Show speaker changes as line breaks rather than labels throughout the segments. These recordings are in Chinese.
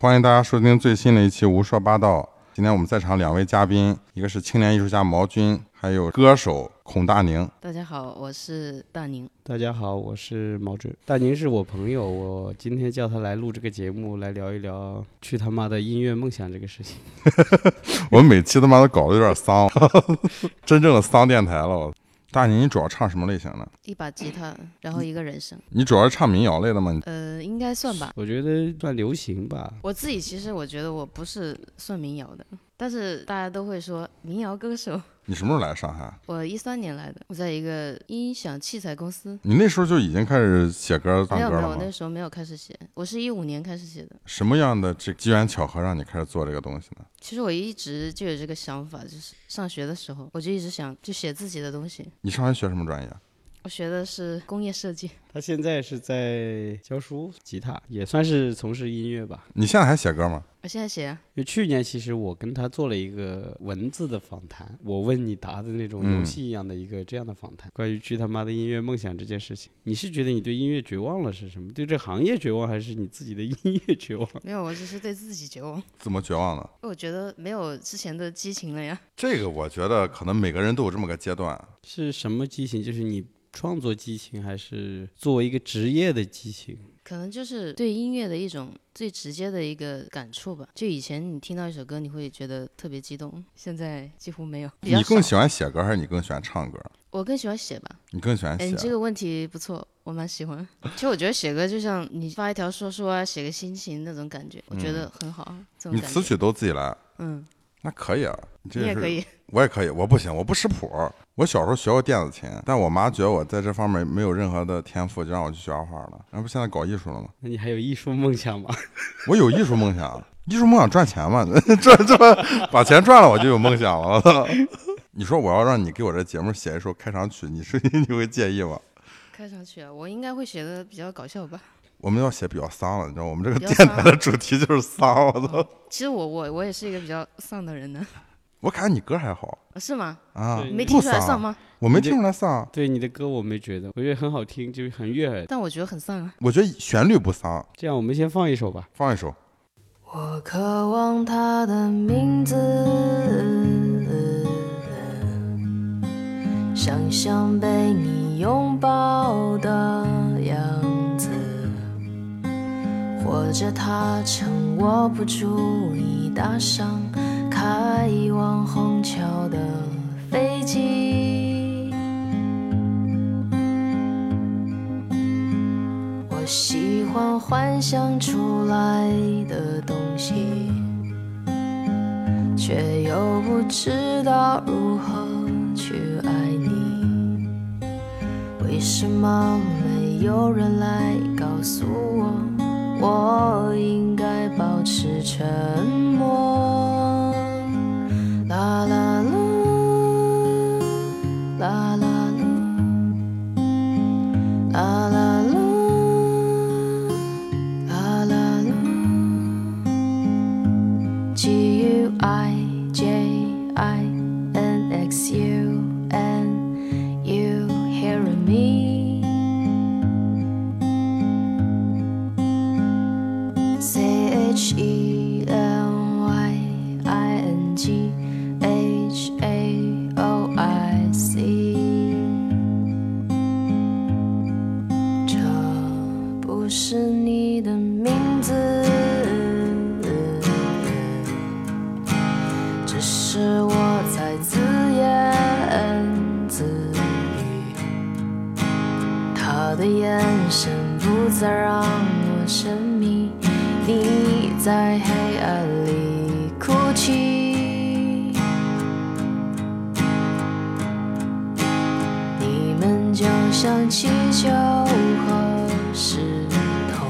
欢迎大家收听最新的一期《胡说八道》。今天我们在场两位嘉宾，一个是青年艺术家毛军，还有歌手孔大宁。
大家好，我是大宁。
大家好，我是毛准。大宁是我朋友，我今天叫他来录这个节目，来聊一聊去他妈的音乐梦想这个事情。
我每期他妈都搞得有点丧， 真正的丧电台了。大宁，你主要唱什么类型的？
一把吉他，
嗯
然后一个人声，
你主要是唱民谣类的吗？
呃，应该算吧。
我觉得算流行吧。
我自己其实我觉得我不是算民谣的，但是大家都会说民谣歌手。
你什么时候来上海？
我一三年来的，我在一个音响器材公司。
你那时候就已经开始写歌、唱
没有
歌
没有，
了
我
吗？
那时候没有开始写，我是一五年开始写的。
什么样的这机缘巧合让你开始做这个东西呢？
其实我一直就有这个想法，就是上学的时候我就一直想就写自己的东西。
你上学学什么专业？啊
我学的是工业设计，
他现在是在教书吉他，也算是从事音乐吧。
你现在还写歌吗？
我现在写啊，
因为去年其实我跟他做了一个文字的访谈，我问你答的那种
嗯
游戏一样的一个这样的访谈，关于去他妈的音乐梦想这件事情，你是觉得你对音乐绝望了是什么？对这行业绝望，还是你自己的音乐绝望？
没有，我只是对自己绝望。
怎么绝望了？
我觉得没有之前的激情了呀。
这个我觉得可能每个人都有这么个阶段。啊
是什么激情？就是你创作激情，还是作为一个职业的激情？
可能就是对音乐的一种最直接的一个感触吧。就以前你听到一首歌，你会觉得特别激动，现在几乎没有。比较
你更
少
喜欢写歌还是你更喜欢唱歌？
我更喜欢写吧。
你更喜欢
哎，你这
啊写？
个问题不错，我蛮喜欢。 其实我觉得写歌就像你发一条说说啊，写个心情那种感觉，我觉得很好啊。这种
嗯你
感
词
觉，
曲都自己来？
嗯，
那可以啊，你这
你也
是
可以。
我也可以，我不行，我不识谱。我小时候学过电子琴，但我妈觉得我在这方面没有任何的天赋，就让我去学画画了。那不现在搞艺术了吗？
那你还有艺术梦想吗？
我有艺术梦想， 艺术梦想赚钱嘛， 赚赚把钱赚了，我就有梦想了。 你说我要让你给我这节目写一首开场曲，你是 你会介意吗？
看上去啊，我应该会写的比较搞笑吧。
我们要写比较丧了，你知道，我们这个
比较
电
丧
台的主题就是丧。我操，
其实我我我也是一个比较丧的人呢，
我感觉你歌还好
啊是吗？
啊，
对
没
不
听出来丧
丧？
吗？
我没听出来丧，
对你的歌我没觉得，我觉得很好听，就是很悦耳。
但我觉得很丧啊。
我觉得旋律不丧，
这样我们先放一首吧。
放一首。
我渴望他的名字，想象被你拥抱的样子，或者他趁我不注意搭上开往虹桥的飞机。我喜欢幻想出来的东西，却又不知道如何去爱你。为什么没有人来告诉我，我应该保持沉默？啦啦啦，啦啦啦。啦啦啦，啦啦啦。G U I J I N X U N, you hearing me? C H E N Y I N G H A O I C。这不是你的名字，只是我在自言自语。他的眼神不再让我沉迷，你在黑暗里哭泣。你们就像气球和石头，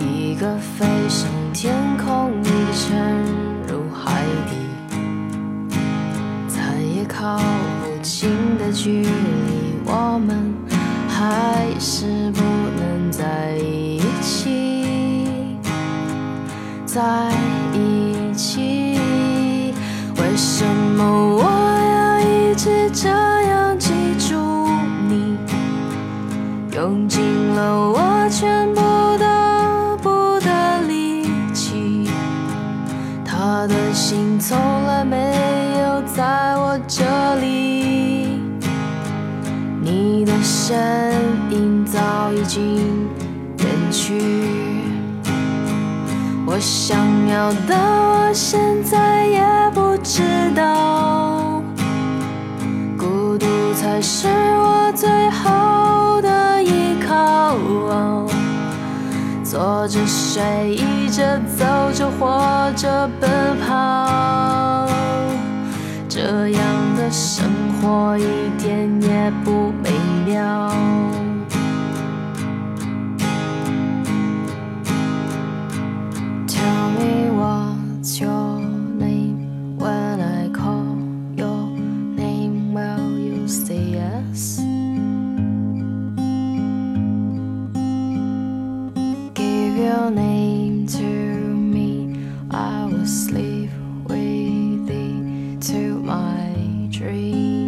一个飞上天空，一个沉入海底，再也靠不近的距离，我们还是不能在一起。在一起。为什么我要一直这样记住你？用尽了我全部的不得力，心从来没有在我这里，你的身影早已经远去。我想要的，我现在也不知道，孤独才是我最后的依靠。坐着睡，倚着走着，活着奔跑，这样的生活一点也不美妙。Tell me what's your name when I call your name, will you say yes? Give your name to me. I will sleep with thee to my dream.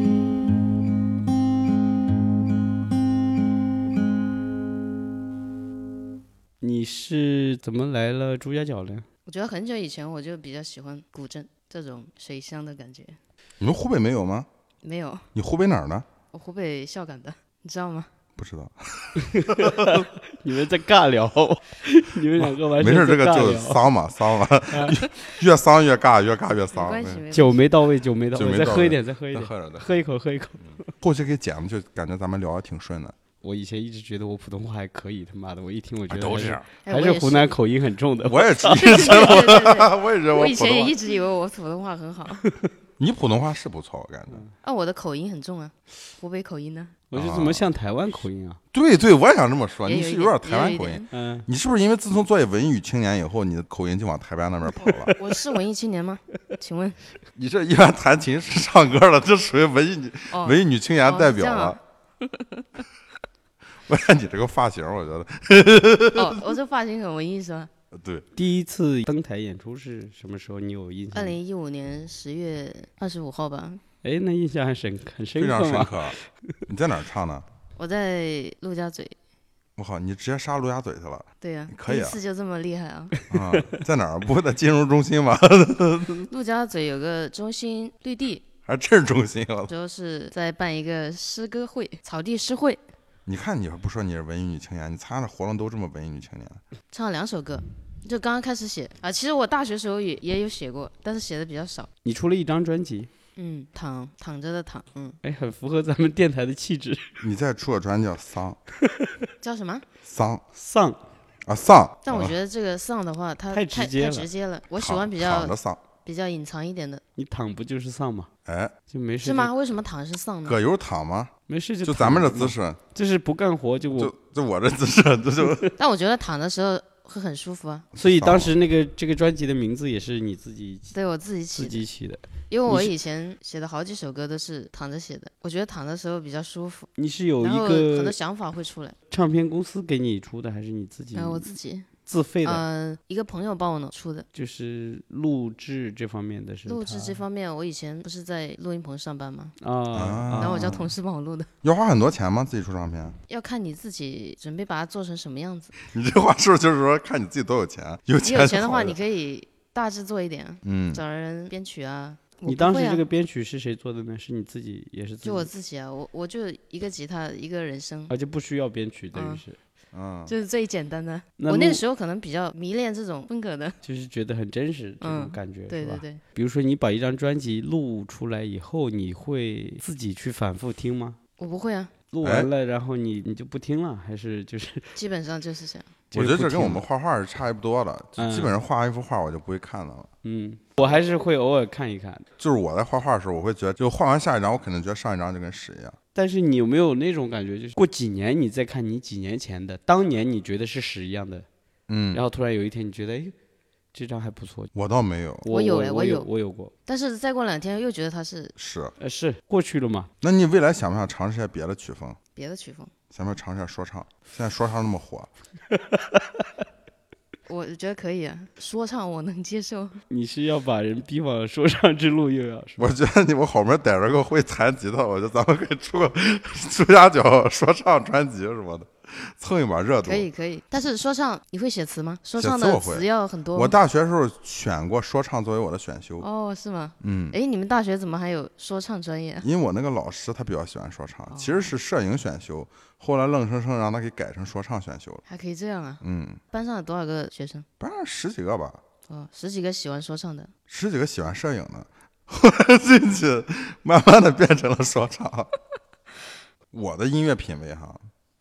你是怎么来了朱家角呢？
我觉得很久以前我就比较喜欢古镇这种水乡的感觉。
你们湖北没有吗？
没有，
你湖北哪儿的？
我湖北孝感的，你知道吗？
不知道，
你们在尬聊， 你们两个完
没
全
事，这
在
个
尬
就
聊
丧嘛，丧嘛，越越丧越尬，越尬越
没
丧。
关系，没关系。
酒没到位，酒没到
酒
位，
没
再
到
喝
位
一点，再喝一
再
点，
喝着的，
喝一口，喝一口。
后期给剪了，就感觉咱们聊的挺顺的。
我以前一直觉得我普通话还可以，他妈的，我一听我觉得
啊都
还
这
是
样，
哎
还
我也
湖南口音很重的。
我也是，
对对对对 对
我也是，
我以
普
前也
通话，
一直以为我普通话很好，
你普通话是不错，我感觉。
啊，我的口音很重啊，湖北口音呢，
我就怎么像台湾口音啊？
对对，我也想这么说，
也
你
有
是
一
有
点
点台湾口音。。
嗯，
你是不是因为自从做文艺青年以后，你的口音就往台湾那边跑了？
也有一点我是文艺青年吗？请问，
你这一般弹琴是唱歌了，这属于文艺女
哦，
文艺女青年
哦
代
是这
表
样啊
了。 我看你这个发型，我觉得
哦，我这发型很文艺是吧？
对，
第一次登台演出是什么时候？你有印象
二
吗？
零一五年十月二十五号吧，
哎，那印象还深刻很深
非常
刻
深
吗？
刻。你在哪儿唱呢？
我在陆家嘴。
我靠，你直接杀陆家嘴去了
对呀、
可以啊
第一次就这么厉害啊！
啊！在哪儿？不会在金融中心吧？
陆家嘴有个中心绿地，
还真是中心？啊我操
主要是在办一个诗歌会，草地诗会，
你看你不说你是文艺女青年，你参加的活动都这么文艺女青年。
唱了两首歌，就刚刚开始写啊。其实我大学时候也也有写过，但是写的比较少。
你出了一张专辑，
嗯，躺躺着的躺，嗯，
哎，很符合咱们电台的气质。
你在出的专辑叫《丧
叫什么？
丧
丧，
啊丧》，
但我觉得这个丧的话，它
太直
太
接
太
了
直接了。我
我
喜欢比
躺
较
着丧。
比较隐藏一点的，
你躺不就是丧吗？
哎，
就没事
是
就？
吗？为什么躺是丧呢？
葛优躺吗？
没事就
就
就
咱们这姿，势，
就是不干活就我
就就我这姿势，这 就
但我觉得躺的时候会很舒服啊，
所以当时那个这个专辑的名字也是你自己
对我自己起
自
的，
己起的。
因为
你
我
是
以前写的好几首歌都是躺着写的，我觉得躺的时候比较舒服，
你是有
然
一
后很多
个
想法会出来。
唱片公司给你出的，还是你自己
然后呃我自己，
自费嗯的？
嗯、一个朋友帮我弄出的。
就是录制这方面的是
录制
他
这方面，我以前不是在录音棚上班吗？
啊，
然后我叫
啊
同事帮我录的，
要花很多钱吗？自己出唱片？
要看你自己准备把它做成什么样 子。
你这话是不是就是说看你自己多有钱？有
你
钱
有
就
钱的
好
话，
一
你
点
可以大致做一点啊，
嗯，
找人编曲啊。我
你
不
当
会
时这
啊
个编曲是谁做的呢？是你自己也是自己
就我自己啊，我我就一个吉他，一个人声，
啊，就不需要编曲，等于
嗯
是
嗯，
这是最简单的。
那
我那
录
个时候可能比较迷恋这种风格的，
就是觉得很真实这种
嗯
感觉，
对
是吧
对？对，
比如说你把一张专辑录出来以后，你会自己去反复听吗？
我不会啊，
录
哎
完了，然后你你就不听了，还是就是
基本上就是这样。
我觉得
就是
这
不
跟我
听
们
了
画画是差不多的，就基
嗯
本上画一幅画我就不会看到了。
嗯，我还是会偶尔看一看。
就是我在画画的时候，我会觉得，就画完下一张，我可能觉得上一张就跟屎一样。
但是你有没有那种感觉，就是过几年你再看你几年前的，当年你觉得是屎一样的，
嗯，
然后突然有一天你觉得，哎，这张还不错。
我倒没有，
我有
我
哎
我
我
有
有
我有过，
但是再过两天又觉得它是
是。
呃，是过去了嘛？
那你未来想不想尝试一下别的曲风？
别的曲风，
想不想尝试一下说唱？现在说唱那么火，
我觉得可以啊，说唱我能 接受。
你是要把人逼往说唱之路，又要
我觉得你我好不容易逮着个会弹吉他，我觉得咱们可以出个朱家角说唱专辑什么的。蹭一把热度
可。以可以。但是说唱你会写词吗？说
写
唱
词我
的
会
词要很多吗。
我大学时候选过说唱作为我的选修，
哦，是吗？
嗯，
哎，你们大学怎么还有说唱专业啊？
因为我那个老师他比较喜欢说
哦
唱，其实是摄影选修，后来愣生生让他给改成说唱选修了。
还可以这样啊？
嗯，
班上有多少个学生？
班上十几个吧，
哦，十几个喜欢说唱的。
十几个喜欢摄影的， 后来进去慢慢的变成了说唱。我的音乐品味哈，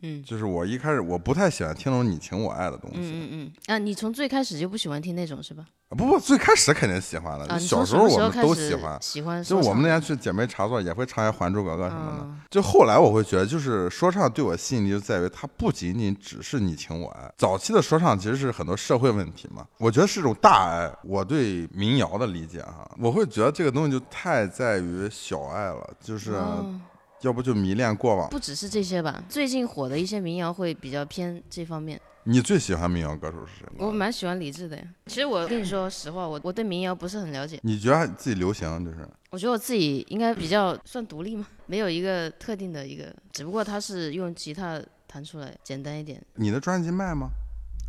嗯
就是我一开始我不太喜欢听那种你情我爱的东
嗯
西。
嗯嗯。啊，你从最开始就不喜欢听那种是吧？
啊不不，最开始肯定喜欢的，
嗯啊，你
呃小
从
时
什
候
么
我
时候
们
开
都
始
喜欢。
喜欢
就
说
我们
唱
那天去姐妹茶座也会唱一些《还珠格格》什么的。
嗯
就后来我会觉得，就是说唱对我吸引力就在于它不仅仅只是你情我爱。早期的说唱其实是很多社会问题嘛，我觉得是一种大爱。我对民谣的理解哈，我会觉得这个东西就太在于小爱了，就是、啊
哦
要不就迷恋过往。
不只是这些吧，最近火的一些民谣会比较偏这方面。
你最喜欢民谣歌手是谁？
我蛮喜欢李志的呀。其实我跟你说实话，我我对民谣不是很了解。
你觉得自己流行就是
我觉得我自己应该比较算独立吗？没有一个特定的一个，只不过他是用吉他弹出来，简单一点。
你的专辑卖吗？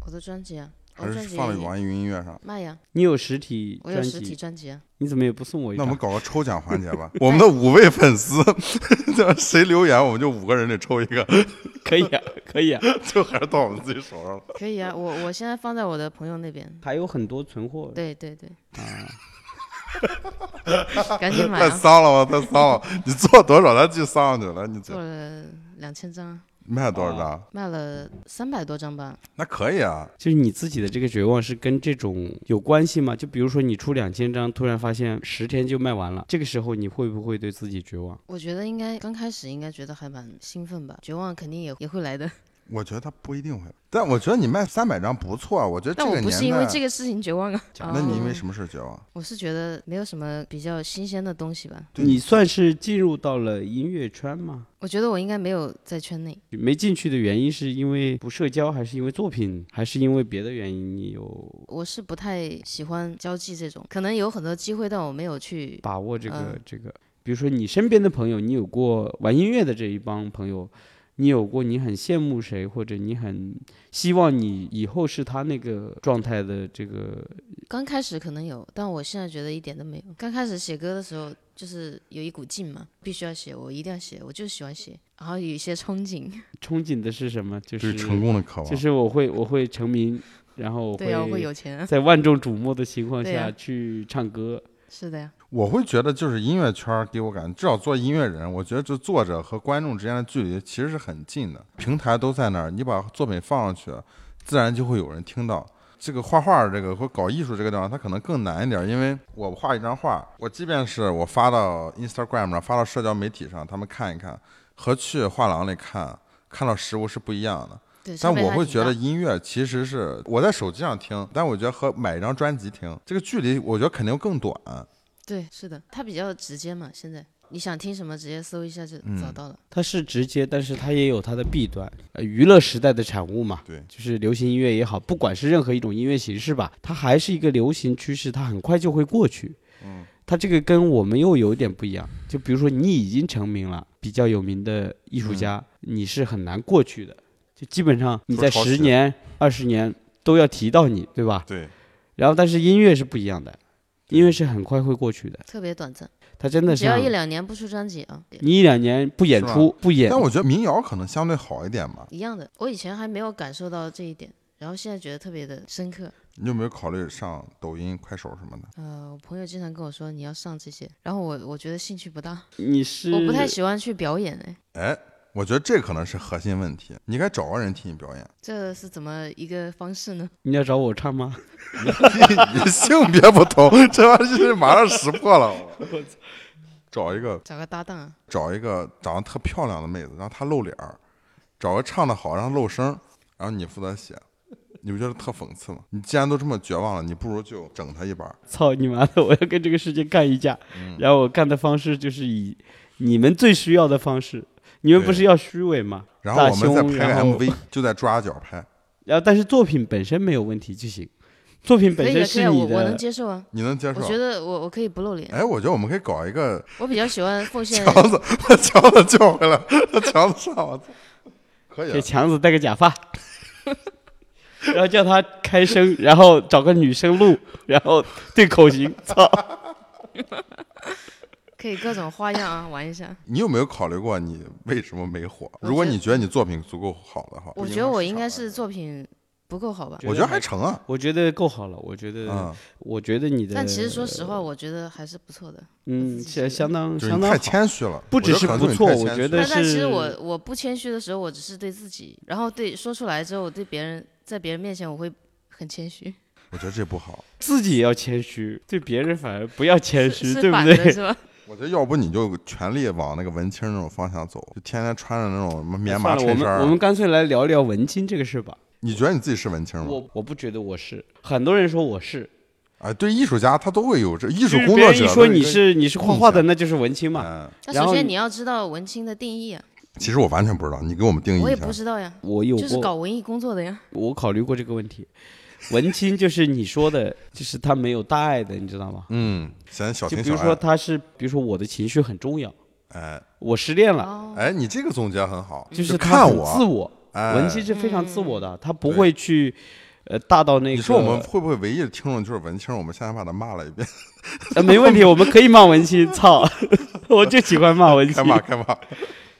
我的专辑啊，我
还
的专
是
辑
放在
也
网易云音乐上？
卖呀，
你有实体
我有
专
实体
辑，
专辑啊。
你怎么也不送我一
那我们
张？
搞个抽奖环节 吧，我们的五位粉丝， 谁留言我们就五个人里抽一个，
可以 啊，可以啊，
就还是到我们自己手上了。
可以啊，我我现在放在我的朋友那边。
还有很多存货。
对对对，
啊
赶紧买
太
啊！
丧了吧，太丧了！你做多少，他就上去了。你
做
这
了两千张啊，
卖多少张？
卖了三百多张吧。
那可以啊，
就是你自己的这个绝望是跟这种有关系吗？就比如说你出两千张，突然发现十天就卖完了，这个时候你会不会对自己绝望？
我觉得应该刚开始应该觉得还蛮兴奋吧，绝望肯定也也 会来的。
我觉得他不一定会，但我觉得你卖三百张不错啊。我觉得这
但我
个
不是因
年
为
代，
这个事情绝望啊，
那你因为
哦
什么事绝啊望？
我是觉得没有什么比较新鲜的东西吧。
对
你算是进入到了音乐圈吗？
我觉得我应该没有在圈内，
没进去的原因是因为不社交，还是因为作品，还是因为别的原因？你有
我是不太喜欢交际这种，可能有很多机会，但我没有去。
把握这个、
嗯
这个？比如说你身边的朋友，你有过玩音乐的这一帮朋友，你有过你很羡慕谁，或者你很希望你以后是他那个状态的这个
刚开始可能有，但我现在觉得一点都没有。刚开始写歌的时候，就是有一股劲嘛，必须要写，我一定要写，我就喜欢写，然后有一些憧憬。
憧憬的是什么？就是
对成功的渴
就
望。
是我会我会成名，然后我
对呀、我会有钱啊，
在万众瞩目的情况
对啊
下
呀
去唱歌。
是的呀。
我会觉得，就是音乐圈儿给我感觉，至少做音乐人，我觉得这作者和观众之间的距离其实是很近的，平台都在那儿，你把作品放上去，自然就会有人听到。这个画画这个或搞艺术这个地方，它可能更难一点，因为我画一张画，我即便是我发到 Instagram 上，发到社交媒体上，他们看一看，和去画廊里看看到实物是不一样的。
对，差
但
别
我
还
会
挺
觉得
大
音乐其实是我在手机上听，但我觉得和买一张专辑听这个距离，我觉得肯定更短。
对，是的，它比较直接嘛。现在你想听什么，直接搜一下就
嗯
找到了。
它是直接，但是它也有它的弊端。呃，娱乐时代的产物嘛，
对
就是流行音乐也好，不管是任何一种音乐形式吧，它还是一个流行趋势，它很快就会过去。嗯，它这个跟我们又有点不一样。就比如说，你已经成名了，比较有名的艺术家，你是很难过去的。就基本上你
说
在
嗯抄
十
袭
年、二十年都要提到你，对吧？
对，
然后但是音乐是不一样的，音乐是很快会过去的，
特别短暂，
它真的
只
是
要一两年不出专辑啊，也
你一两年不演
是
出不演，
但我觉得民谣可能相对好一点吧。
一样的。我以前还没有感受到这一点，然后现在觉得特别的深刻。
你有没有考虑上抖音、快手什么的？
呃，我朋友经常跟我说你要上这些，然后我我觉得兴趣不大，
你是
我不太喜欢去表演哎，
哎，我觉得这可能是核心问题。你该找个人替你表演。
这是怎么一个方式呢？
你要找我唱吗？
你你性别不同，这玩意儿马上识破了。 找一个
找个搭档啊，
找一个长得特漂亮的妹子，让她露脸儿；找个唱得好，让她露声儿，然后你负责写。你不觉得特讽刺吗？你既然都这么绝望了，你不如就整她一把儿。
操你妈的！我要跟这个世界干一架，
嗯
然后我干的方式就是以你们最需要的方式，你们不
对
是要虚伪吗？
然后
大
我们再
胸
拍个
然后
MV，就在抓脚拍。
然后但是作品本身没有问题就行，作品
可
本
以啊
身
可以
是
啊，我
你
我能
的。
接受啊，
你能接受
我？觉得我我可以不露 脸，
哎，我觉得我们可以搞一个
我比较喜欢奉献
强子，把强子叫回来，把强子上我操！可以
给
啊，
强子戴个假发，然后叫他开声，然后找个女生录，然后对口型，操，
可以各种花样啊玩一下。
你有没有考虑过你为什么没火？
我
如果
觉得
你觉得你作品足够好的话，
我
不
觉得我应该
市
是作品不够好
场
吧，
的，我觉得还成啊，
我觉得够好了，我觉得，
嗯，
我觉得你的，
但其实说实话，我觉得还是不错的。
嗯，相相当
就是
相
你
当
太
好。
谦虚了，
不只
我觉得可
是
能
不
你
错
太谦
我觉
虚
得
了
但但其
是
实我我不谦虚的时候，我只是对自己，然后对说出来之后，我对别人在别人面前我会很谦虚，
我觉得这不好。
自己也要谦虚，对别人反而不要 谦虚，对
是
不
反的
对？
是 吧？
我觉得要不你就全力往那个文青那种方向走，就天天穿着那种什么 棉麻
哎算了，
衬
我
衫
们
儿啊
我们干脆来聊聊文青这个事吧。
你觉得你自己是文青吗？
我我不觉得我是，很多人说我是，
哎，对，艺术家他都会有这艺术
就是
工
别
作
人
者
一
都
说
有一
你
个
是你是画
印
画的，
象
那就是文青嘛。
嗯，
但
然
首
后
先
你
你要知道文青的定义啊，
其实我完全不知道，你给我们定义
我也
一下
不。知道呀，
我有
就是
过
搞文艺工作的呀。
我考虑过这个问题，文青就是你说的，就是他没有大爱的，你知道吗？
嗯，显小
就
情
比
小
如说
爱。
他是，比如说我的情绪很重要，
哎
我失恋了，
哦，
哎，你这个总结很好，
就是是
看
他很自
我。
我，
哎
文青是非常自
嗯
我的，他不
对
会去，呃，大到那个。
你说我们会不会唯一的听众就是文青？我们现在把他骂了一遍，
呃没问题，我们可以骂文青，操， 我就喜欢骂文
开
青。
骂开骂。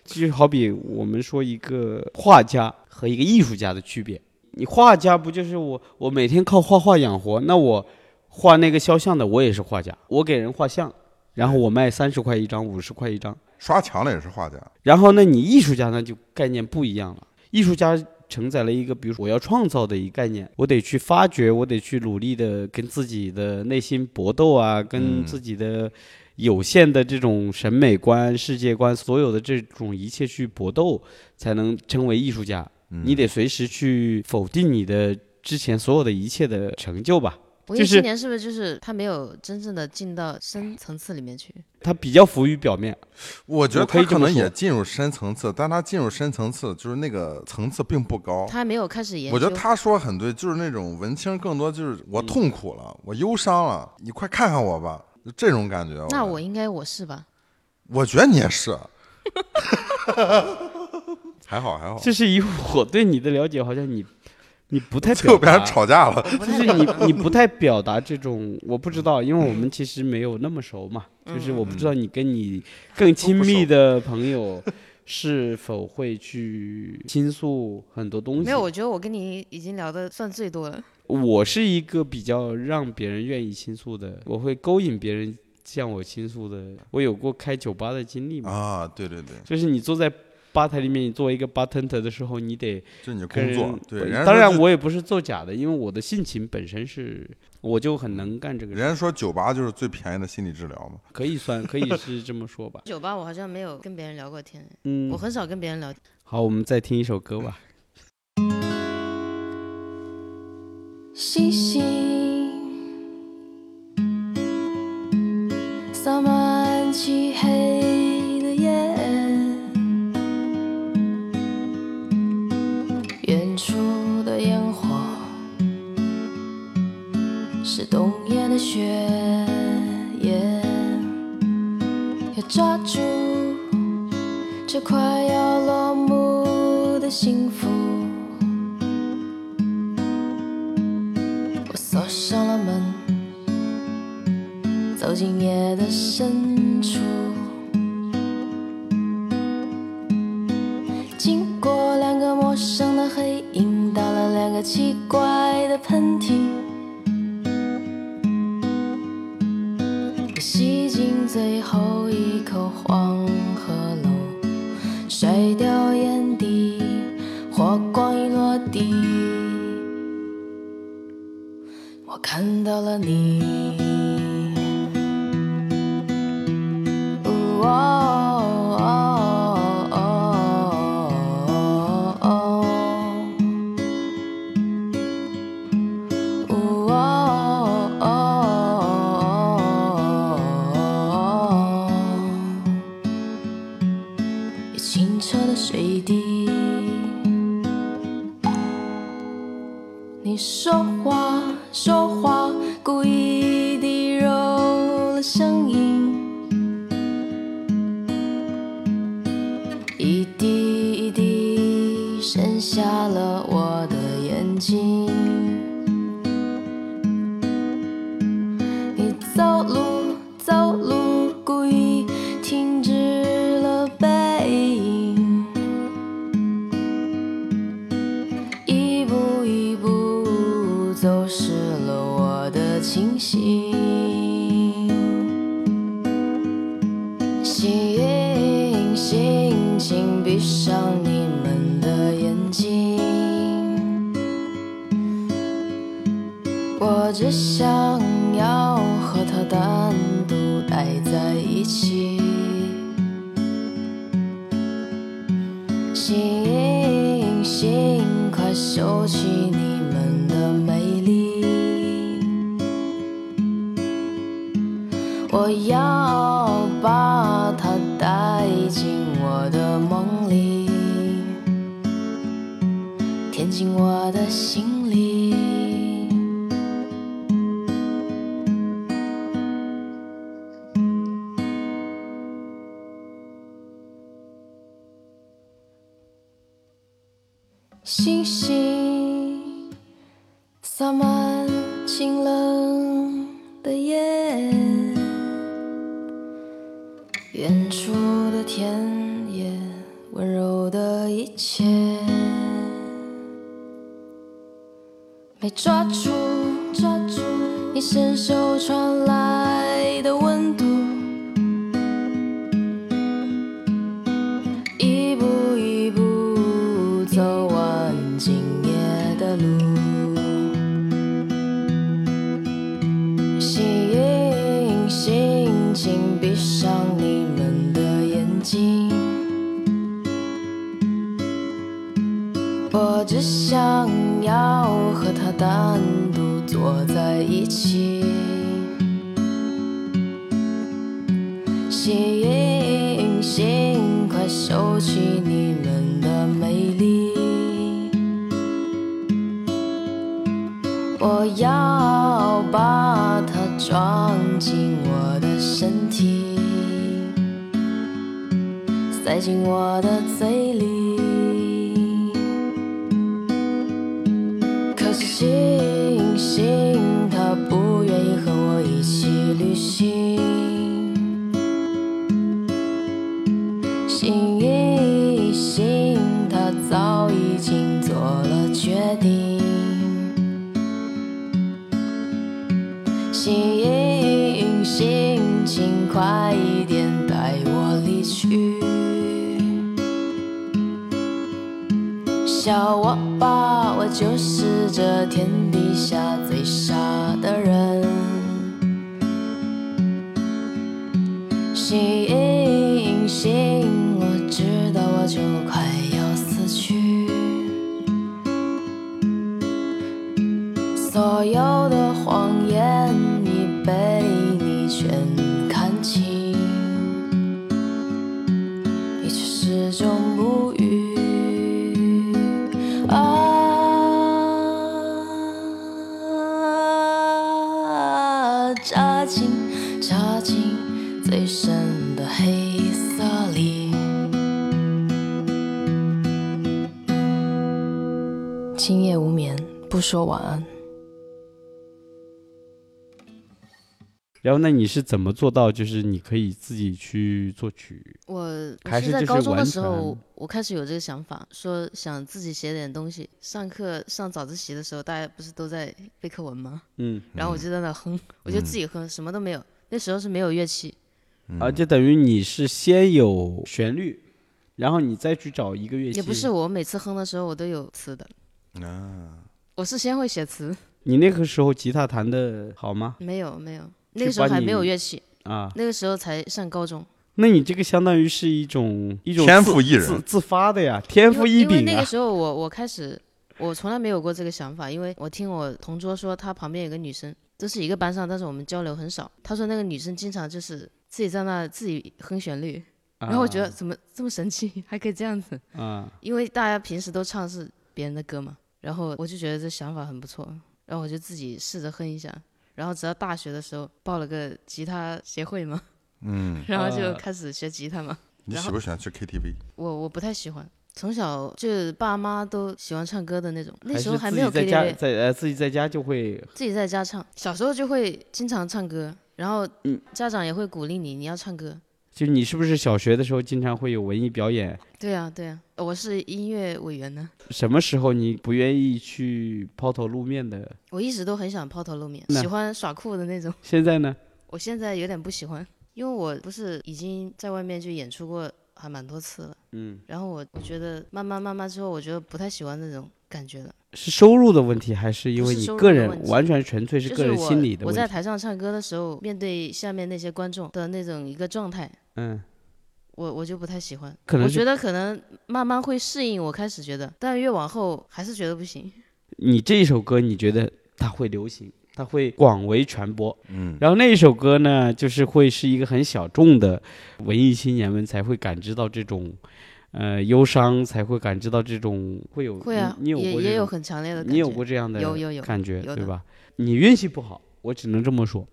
就好比我们说一个画家和一个艺术家的区别，你画家不就是我我每天靠画画养活，那我画那个肖像的我也是画家，我给人画像，然后我卖三十块一张，五十块一张，
刷墙的也是画家，
然后呢，你艺术家呢就概念不一样了，艺术家。承载了一个，比如说我要创造的一个概念，我得去发掘，我得去努力的跟自己的内心搏斗啊，跟
嗯
自己的有限的这种审美观、世界观，所有的这种一切去搏斗，才能称为艺术家。你得随时去否定你的之前所有的一切的成就吧。
文艺
就是
青年是不是就是他没有真正的进到深层次里面去？
他比较浮于表面，
我觉得
我可
他
以这
可
么
能也
说
进入深层次，但他进入深层次就是那个层次并不
哦
高。
他还没有开始研究。
我觉得他说很对，就是那种文青，更多就是我痛苦
嗯
了，我忧伤了，你快看看我吧，就这种感觉。
那
觉得
我应该我是 吧？
我觉得你也是，还好还好，
就是以我对你的了解，好像你你不太
最后
表
被人
达，
吵架了。
我不
就
太
是
懂
你你不太表达这种，我不知道，因为我们其实没有那么熟嘛，就是我不
嗯
知道你跟你更亲密的朋友是否会去倾诉很多东西。
没有，我觉得我跟你已经聊的算最多了。。
我是一个比较让别人愿意倾诉的，我会勾引别人向我倾诉的。我有过开酒吧的经历嘛，
啊，对对对，
就是你坐在吧台里面，你作为一个 bartender 的时候，你得
就是你的
跟
工作
人，
对，
不
人家说
当然
就
我也不是作假的，因为我的性情本身是，我就很能干这个事，
人家说酒吧就是最便宜的心理治疗嘛，
可以算 可以是这么说吧
酒吧我好像没有跟别人聊过天，
嗯
我，很少跟别人聊。
好，我们再听一首歌吧。
星星洒满漆黑的夜，远处的烟火是冬夜的雪夜，要抓住这快要落幕的幸福。我锁上了门，走进夜的深处。经过两个陌生的黑影，打了两个奇怪的喷嚏。我吸进最后一口黄鹤楼，甩掉眼底，火光已落地。我看到了你。呜哦哦哦哦哦呜哦哦哦哦有清澈的水滴。你说话说话，故意的清醒。吸引心情，闭上你们的眼睛。我只想要和他单独待在一起。星星，快收起你们的美丽。我要把它带进我的梦里，填进我的心里。星星洒满晴朗的夜，远处的田野，温柔的一切，没抓住抓住你伸手传来的温度，一步一步走完今夜的路，吸引心情，闭上你们的眼睛。我只想要和他单独坐在一起。星星，快收起你们的美丽！我要把它装进我的身体，塞进我的嘴里。可是星星，它不愿意和我一起旅行。心一心，他早已经做了决定。心心，请快一点带我离去。笑我吧，我就是这天底下最傻的人。吸引，心，我知道我就快要死去。所有的谎言已被你全看清，你却始终不语。啊。扎进扎进最深的黑色里，今夜无眠，不说晚安。
然后那你是怎么做到，就是你可以自己去作曲？
我我
还
是
是
在
就是
高中的
完
时候
全，
我开始有这个想法，说想自己写点东西。上课上早自习的时候，大家不是都在背课文吗？
嗯，
然后我就在那哼，我就自己哼，什么都没有。那时候是没有乐器，
啊，就等于你是先有旋律，然后你再去找一个乐器。
也不是，我每次哼的时候我都有词的。
啊
我是先会写词，
你那个时候吉他弹的好吗？
没有没有，
就
那个时候
把
还没有
你
乐器，
啊，
那个时候才上高中。
那你这个相当于是一种一种
天
自
赋异人
自自发的呀，天赋异
因为因
禀
为那
啊
个。时候我我开始我从来没有过这个想法，因为我听我同桌说，他旁边有个女生，都是一个班上，但是我们交流很少。他说那个女生经常就是自己在那自己哼旋律，然后我觉得怎么这么神奇，还可以这样子，
啊，
因为大家平时都唱是别人的歌嘛，然后我就觉得这想法很不错，然后我就自己试着哼一下。然后直到大学的时候报了个吉他协会嘛，嗯， 然后就
啊
开始学吉他嘛。
你喜不喜欢去 KTV？
我我不太喜欢，从小就是爸妈都喜欢唱歌的那种，那
还
时
是
候还没有
自己在家
KTV，
在呃自己在家就会
自己在
嗯
家唱。小时候就会经常唱歌，然后家长也会鼓励你，你要唱歌。
就你是不是小学的时候经常会有文艺表演？
对啊，对啊，我是音乐委员呢，
什么时候你不愿意去抛头露面的？
我一直都很想抛头露面，
那
喜欢耍酷的那种。
现在呢？
我现在有点不喜欢，因为我不是已经在外面就演出过还蛮多次了，
嗯，
然后我我觉得慢慢慢慢之后，我觉得不太喜欢那种感觉了。
是收入的问题，还是因为
不是
你
收入
个
的
人
问题
完全纯粹是
就
个人
我
心理的
我
问
在
题？
台上唱歌的时候，面对下面那些观众的那种一个状态，
嗯，
我我就不太喜欢。
可能
我
是
觉得可能慢慢会适应，我开始觉得，但越往后还是觉得不行。
你这一首歌，你觉得它会流行，它会广为传播，
嗯，
然后那一首歌呢，就是会是一个很小众的文艺青年们才会感知到这种，呃，忧伤，才会感知到这种会有
会啊，
你你有
也
过
也
这
有
种
很强烈的感觉。
你有过这样的
有有有
感觉
有
对
的
吧？你运气不好，我只能这么 说，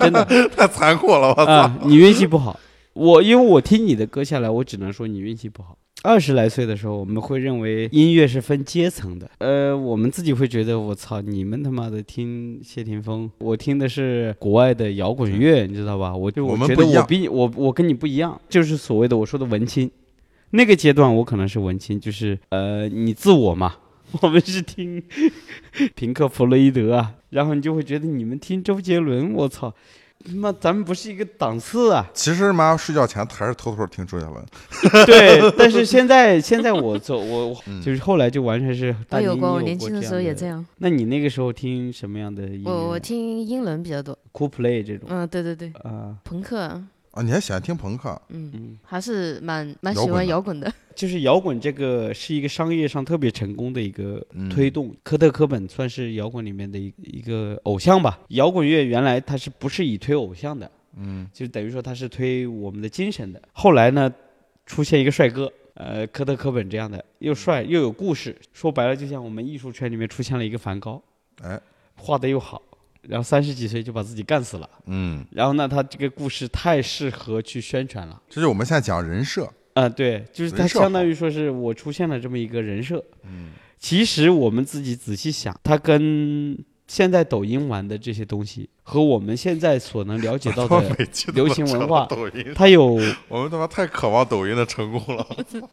真的
太残酷 了，我操！
啊，你运气不好。我因为我听你的歌下来，我只能说你运气不好。二十来岁的时候，我们会认为音乐是分阶层的。呃，我们自己会觉得，我操，你们他妈的听谢霆锋，我听的是国外的摇滚乐，你知道吧？我就
我
我
们
觉
不
得
一
我
样
比你我我跟你不一样，就是所谓的我说的文青。那个阶段我可能是文青，就是呃，你自我嘛， 我们是听呃平克·弗洛伊德啊，然后你就会觉得你们听周杰伦，我操，他妈咱们不是一个档次啊。
其实妈睡觉前还是偷偷听周杰伦，
对，但是现在现在我走我我就是后来就完全是，
我
但你
有
你
过，
过
我哎年轻的时候也这
样
样。
的。那你那个时候听什么样的音乐？
我我听英伦比较多，
Cool Play 这种
嗯，对对对，
啊，
朋克，
啊，你还喜欢听朋克？
嗯，还是蛮蛮
摇
喜
滚
欢
的
摇滚的。
就是摇滚这个是一个商业上特别成功的一个
嗯
推动。科特·科本算是摇滚里面的一一个偶像吧。摇滚乐原来它是不是以推偶像的？嗯，就等于说它是推我们的精神的。后来呢，出现一个帅哥，呃，科特·科本这样的，又帅
嗯
又有故事。说白了，就像我们艺术圈里面出现了一个梵高，
哎，
画的又好，然后三十几岁就把自己干死了。
嗯，
然后呢，他这个故事太适合去宣传了。
这就是我们现在讲人设，
啊，对，就是
人
它
设
相当
好
于说是我出现了这么一个人设。嗯，其实我们自己仔细想，它跟现在抖音玩的这些东西和我们现在所能了解 到的，
每期都
流行
能成
文
了
化
抖 音，
它有
我们他妈太渴望抖音的成功了。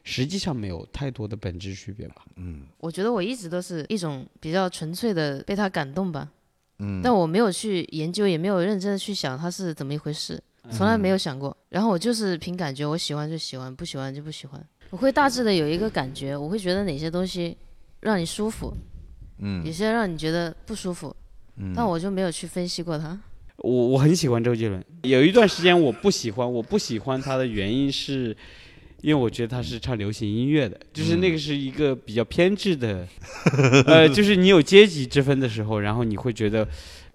实际上没有太多的本质区别吧？
嗯
我觉得我一直都是一种比较纯粹的被他感动吧，
嗯，
但我没有去研究，也没有认真的去想它是怎么一回事，从来没有想过。然后我就是凭感觉，我喜欢就喜欢，不喜欢就不喜欢。我会大致的有一个感觉，我会觉得哪些东西让你舒服，
嗯
有些让你觉得不舒服，但我就没有去分析过它。
我我很喜欢周杰伦，有一段时间我不喜欢，我不喜欢他的原因是。因为我觉得他是唱流行音乐的，就是
嗯
那个是一个比较偏执的，呃，就是你有阶级之分的时候，然后你会觉得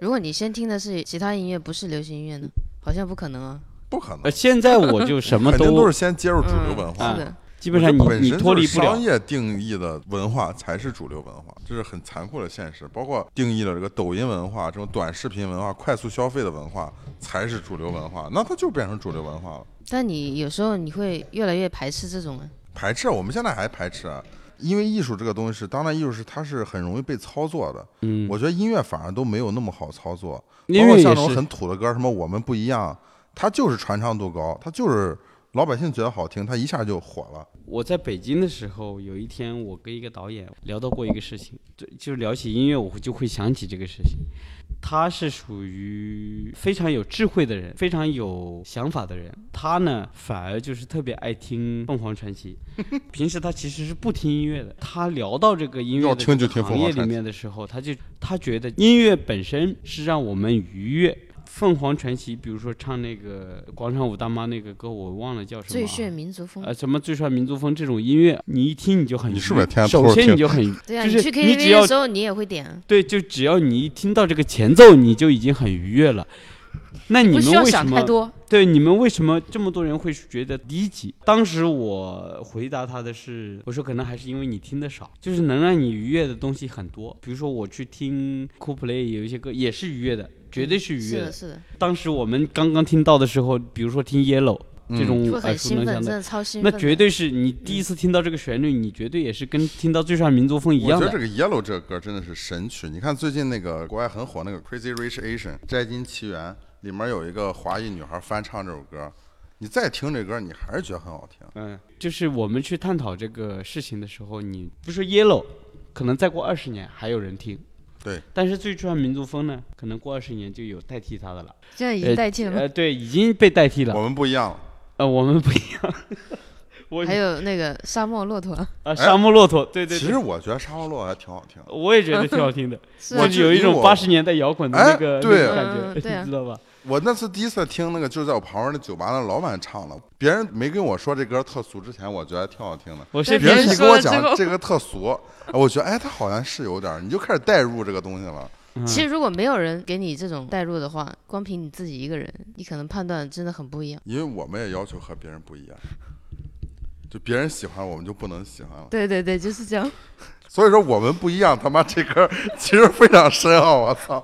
如果你先听的是其他音乐，不是流行音乐呢，好像不可能啊。
不可
呃，
能，
现在我就什 么
肯定
都
都是先接受主流
嗯，
文化
是
啊。
的，
基本上你
我觉得本
你
身
脱
就
离
是
不
商
了。
业定义的文化才是主流文化，这是很残酷的现实。包括定义了这个抖音文化、这种短视频文化、快速消费的文化才是主流文化，那它就变成主流文化了。
但你有时候你会越来越排斥这种啊。
排斥，我们现在还排斥啊，因为艺术这个东西是当代艺术是它是很容易被操作的。
嗯，
我觉得音乐反而都没有那么好操作，包
音
括
乐
像那
也
种
是
很土的歌，什么我们不一样，它就是传唱度高，它就是老百姓觉得好听，它一下就火了。
我在北京的时候，有一天我跟一个导演聊到过一个事情，就就聊起音乐，我会就会想起这个事情。他是属于非常有智慧的人，非常有想法的人。他呢，反而就是特别爱听凤凰传 奇。平时他其实是不听音乐的。他聊到这个音乐
要
的
听
这
就
个
听凤
行
凰
业
传
里
奇
面的时候，他就他觉得音乐本身是让我们愉悦。凤凰传奇，比如说唱那个广场舞大妈那个歌，我忘了叫什么、啊
最炫民族风。
呃，什么最帅民族风这种音乐，你一听你就很
你
愉
是不是天天偷着
首先
听
你就很愉，
对啊，
就
你去
是你只
KTV
要
的时候你也会点啊，
对，就只要你一听到这个前奏，你就已经很愉悦了。那你
不
们
需要
为什
想太
么
多。
对你们为什么这么多人会觉得低级？当时我回答他的是，我说可能还是因为你听的少，就是能让你愉悦的东西很多。比如说我去听 Coldplay 有一些歌也是愉悦的，绝对是愉
是
悦的
的，。是的，
当时我们刚刚听到的时候，比如说听 Yellow
嗯
这种
会
耳
很
嗯啊熟
兴
能
奋，
详
真
的，
的超兴
那
奋。
绝对是你
嗯
第一次听到这个旋律，你绝对也是跟听到《最帅民族风》一
我
样
觉得这
的。
个 Yellow 这个歌真的是神曲。你看最近那个国外很火那个 Crazy Rich Asian 摘金奇缘，里面有一个华裔女孩翻唱这首歌，你再听这歌，你还是觉得很好听。
嗯，就是我们去探讨这个事情的时候，你不说 yellow，可能再过二十年还有人听。
对，
但是最初的民族风呢，可能过二十年就有代替它的了。
现在已经代替了吗？
呃，对，已经被代替
我
了。
们不一样了，
呃，我们不一 样。我
还有那个沙漠骆驼，
啊，沙漠骆驼，对对
其
对
实，我觉得沙漠骆还挺好听。
我也觉得挺好 听的，
是
我
就
啊
是有一
因为
种
我
八十年代摇滚的
哎
那个那
对
个感
嗯对
觉，
啊
你知道吧？
我那次第一次听那个，就是在我旁边的酒吧的老板唱了，别人没跟我说这歌特俗之前，我觉得挺好听的。
我是
别人
别
一
人
跟我
说了之
讲
后
这个特俗，哎我觉得哎，他好像是有点儿，你就开始代入这个东西了。
嗯
其实如果没有人给你这种代入的话，光凭你自己一个人，你可能判断真的很不一样。
因为我们也要求和别人不一样，就别人喜欢我们就不能喜欢了。
对对对，就是这样。
所以说我们不一样，他妈这歌儿其实非常深奥，我操！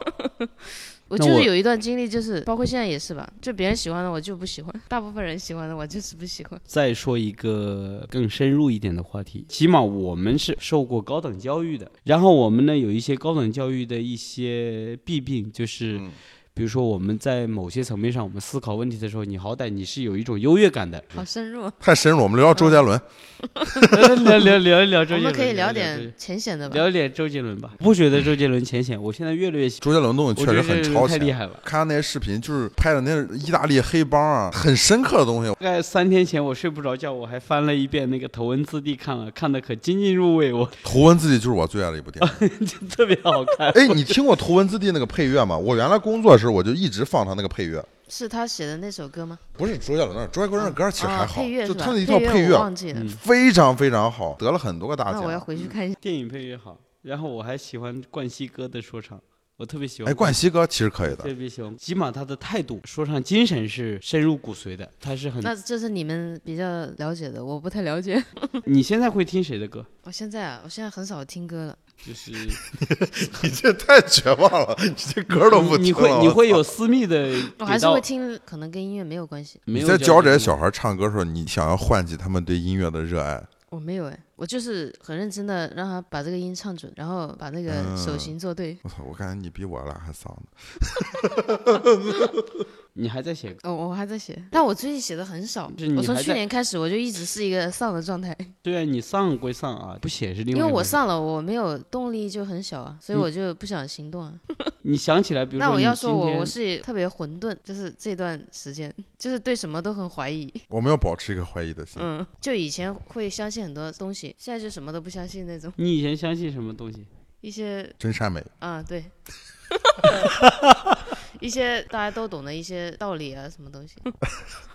我
那
就
我
是有一段经历，就是包括现在也是吧，就别人喜欢的我就不喜欢，大部分人喜欢的我就是不喜欢。
再说一个更深入一点的话题，起码我们是受过高等教育的，然后我们呢有一些高等教育的一些弊病，就是
嗯
比如说我们在某些层面上，我们思考问题的时候，你好歹你是有一种优越 感的。
好深入，啊！
太深入，我们聊聊周杰
嗯
伦。
聊聊聊一聊周
我
杰伦，
们可以聊
周杰
点浅显的
伦
吧。
聊一点周杰伦吧。不觉得周杰伦浅显，我现在越来越喜
周杰伦东西
我
确
觉
实
得
很
这个人
超
太厉
前，
害了。
看那些视频就是拍的那意大利黑帮啊，很深刻的东西。
大概三天前我睡不着觉，我还翻了一遍那个《头文字 D》，看了看的可津津入味，我
图文字 D 就是我最爱的一部电影。
特别好看。
哎，你听过图文字 D 那个配乐吗？我原来工作时我就一直放他那个配乐，
是他写的那首歌吗？
不是周杰伦那儿，周杰伦那歌其实还
啊
好，
配乐
就是他
吧？
那一套配
我
乐嗯
忘记了。
非常非常好，得了很多个大
那我要
奖。
回去看一下。
电影配乐好，然后我还喜欢冠希哥的说唱，我特别喜欢。
哎，冠希哥其实可以的，
特别喜欢，起码他的态度、说唱精神是深入骨髓的，他是很。
那这是你们比较了解的，我不太了解。
你现在会听谁的歌？
我现在啊，我现在很少听歌了。
就是
你这太绝望了，你这歌都不
你你
听
会
了。
你会有私密的给到，
我还是会听，可能跟音乐没有关系。
没
你
有
在
教
教这些
育
小孩唱歌的时候，你想要唤起他们对音乐的热爱。
我没有哎，我就是很认真的让他把这个音唱准，然后把那个
嗯
手型做对。
我操，我感觉你比我俩还丧呢。
你还在写歌，
哦，我还在写，但我最近写的很少
就是你。
我从
还
去
在
年开始，我就一直是一个丧的状态，
虽然你上归上啊，不写是另
因
外一
为
回事。
我丧了，我没有动力就很小啊，所以
嗯
我就不想行动啊。
你想起来，比如说
那我要
你
说
今
我我
天
是特别混沌，就是这段时间就是对什么都很怀疑，
我们要保持一个怀疑的心。
嗯，就以前会相信很多东西，现在就什么都不相信那种
你以前相信什么东西？。
一些
真善美，
啊对。 一些大家都懂的一些道理啊，什么东西？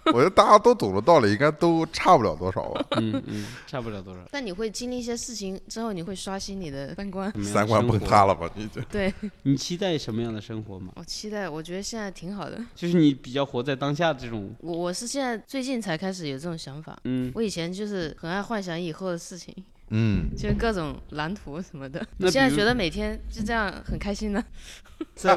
我觉得大家都懂的道理应该都差不了多少吧
嗯嗯，差不了多少。
但你会经历一些事情之后，你会刷新你的三观。
什么样的
三观崩
生活
塌了吧？你这
对
你期待什么样的生活吗？
我期待，我觉得现在挺好的。
就是你比较活在当下这种，
我我是现在最近才开始有这种想法，
嗯，
我以前就是很爱幻想以后的事情，
嗯，
就是各种蓝图什么的。
那
我现在
比如
觉得每天就这样很开心呢。
在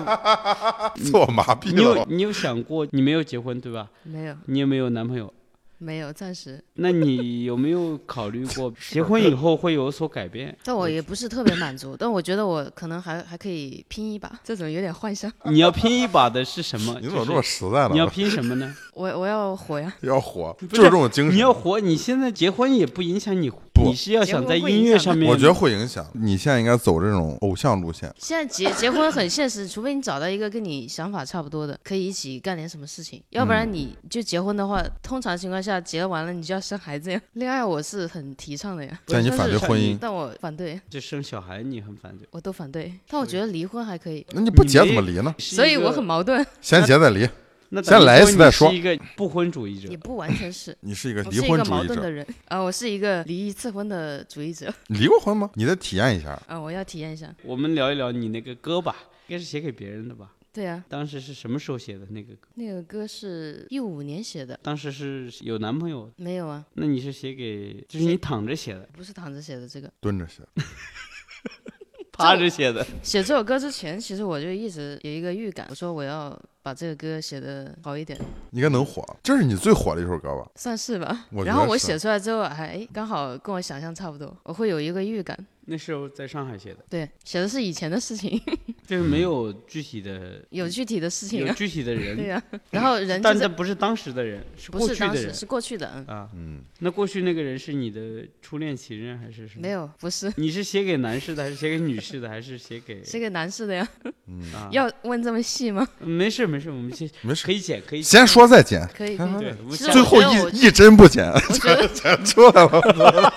自我麻痹
你有
了。
你有想过你没有结婚对吧？
没有，
你也没有男朋友，
没有，暂时。
那你有没有考虑过 结婚以后会有所改变？
但我也不是特别满足，但我觉得我可能还还可以拼一把。这种有点幻想，
你要拼一把的是什么？
你怎么
啊就
这么
是
实在
你要
呢？
拼什么 呢？
我我要火呀！
要火，
不
就是是这种精神。
你要活，你现在结婚也不影响你活，
不
你是要
结
想
婚
在
会
音
影
乐
响
上面，
我觉得会影响。你现在应该走这种偶像路线。
现在结结婚很现实，除非你找到一个跟你想法差不多的，可以一起干点什么事情，要不然你就结婚的话，通常情况下结完了你就要生孩子呀。 恋爱我是很提倡的呀，
不是
但你
但
反
是
对
像
婚
你
姻，
但我反对，
就生小孩你很反对，
我都反对。但我觉得离婚还可以，
那你不
你
结
没
怎么离呢？
是一
所以
个
我很矛盾，
先结再离。
那
先来一次再说。
你是一个不婚主义者
也，不完全是
你是一个
我
离
是一
婚
个
主
矛
义
盾的
者，
人啊，我是一个离一次婚的主义者
你离过婚吗？你得体验一下。
啊，我要体验一下。
我们聊一聊你那个歌吧，应该是写给别人的吧？
对啊，
当时是什么时候写的那个歌？
那个歌是一五年写的，
当时是有男朋友，
没有啊，
那你是写给，就是你躺着写的，
不是躺着写的这个。
蹲着写，
趴着写的，
写这首歌之前，其实我就一直有一个预感，我说我要把这个歌写的好一点，
应该能火。这是你最火的一首歌吧？
算是吧
我觉。得
然后我
是啊
写出来之后，还哎刚好跟我想象差不多，我会有一个预感。
那时候在上海写的，嗯
对，写的是以前的事情，
就是没有具体的
有具体的事情
有
啊，
具体的人，
对 呀、然后人就
但
在
但不是当时的人，是
不
过
是
去
当
的
时
人
是过去的，嗯，
啊。
嗯，
那过去那个人是你的初恋情人还是什么？
没有，不是，
你是写给男士的，还是写给女士的，还是写 给？
是个男士的呀，
嗯
啊、
要问这么细吗？
没事没事，我们先
没事
可以剪 可以剪。
先说再剪，
可以，可
看
以
看
对，我们
其实
下
最
我
后
觉得我
一一针不剪，
我觉得
剪出来了。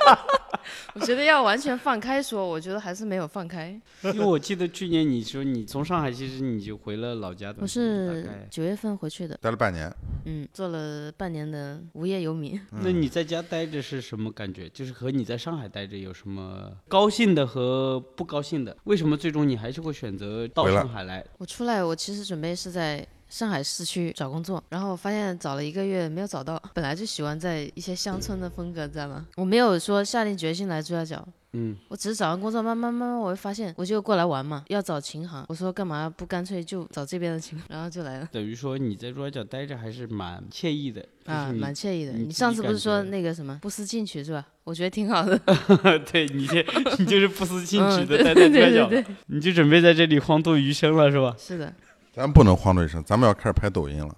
我觉得要完全放开说，我觉得还是没有放 开。
因为我记得去年你说你从上海，其实你就回了老家的，
我
嗯大
是
概。
九月份回去的，
待了半年，
嗯，做了半年的无业游民，
嗯
那你在家待着是什么感觉？就是和你在上海待着有什么高兴的和不高兴的？为什么最终你还是会选择到
回来
上海来？
我出来，我其实准备是在上海市区找工作，然后我发现找了一个月没有找到。本来就喜欢在一些乡村的风格，知道吗？我没有说下定决心来朱家角，
嗯，
我只是找完工作，慢慢慢慢，我会发现，我就过来玩嘛，要找琴行，我说干嘛不干脆就找这边的琴，然后就来了。
等于说你在珠三角待着还是蛮惬意的，
啊，
就是
蛮惬意的。你
你自
上
己
次不是
感
说
觉
那个什么不思进取是吧？我觉得挺好的。
你 对你这你就是不思进取
嗯
的
对
待在珠
对
三
对
角，
对，
你就准备在这里荒度余生了是吧？
是的，
咱不能慌这一声，咱们要开始拍抖音了。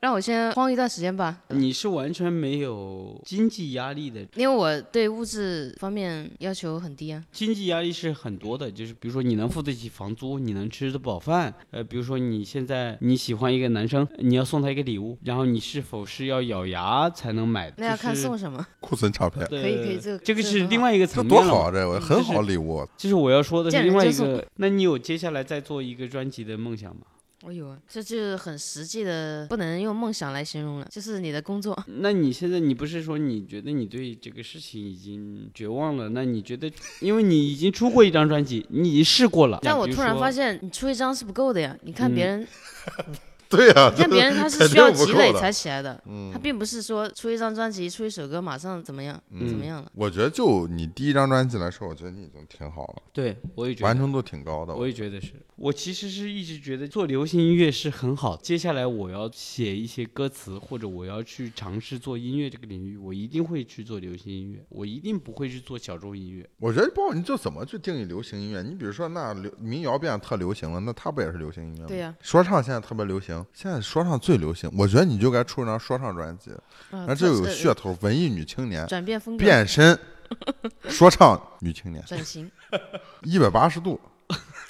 让我先慌一段时间吧，
你是完全没有经济压力的，
因为我对物质方面要求很低啊。
经济压力是很多的，就是比如说你能付得起房租，你能吃得饱饭，呃，比如说你现在你喜欢一个男生，你要送他一个礼物，然后你是否是要咬牙才能买？
那要看送
什
什么，
库存唱片，
可以可以这个
这个
这个
是
很
另外一个
这
层面
多
了
好
嘛
啊！这我
嗯
很
就
好
是
礼物，啊
就是我要说的是
见人
另外
就
一个，那你有接下来再做一个专辑的梦想吗？
我有啊，这就是很实际的，不能用梦想来形容了，就是你的工作。
那你现在你不是说你觉得你对这个事情已经绝望了？那你觉得，因为你已经出过一张专辑，你已经试过了，
但我
比如
突然
说
发现，你出一张是不够的
嗯
呀。你 看别人，你
对啊呀，
看别人他是需要积累才起来的，
嗯
他并不是说出一张专辑、出一首歌马上怎么样、
嗯
怎么样了。
我觉得就你第一张专辑来说，我觉得你已经挺好了，
对我也觉得
完成度挺高的。
我也觉得是，我其实是一直觉得做流行音乐是很好。接下来我要写一些歌词，或者我要去尝试做音乐这个领域，我一定会去做流行音乐，我一定不会去做小众音乐。
我觉得包括你就怎么去定义流行音乐？你比如说，那流民谣变得特流行了，那它不也是流行音乐吗？
对呀
说唱现在特别流行，现在说唱最流行。我觉得你就该出一张说唱专辑，
啊
嗯那这有
是
噱头，文艺女青年
转变风格，
变 身说唱女青年，
转型。
一百八十度。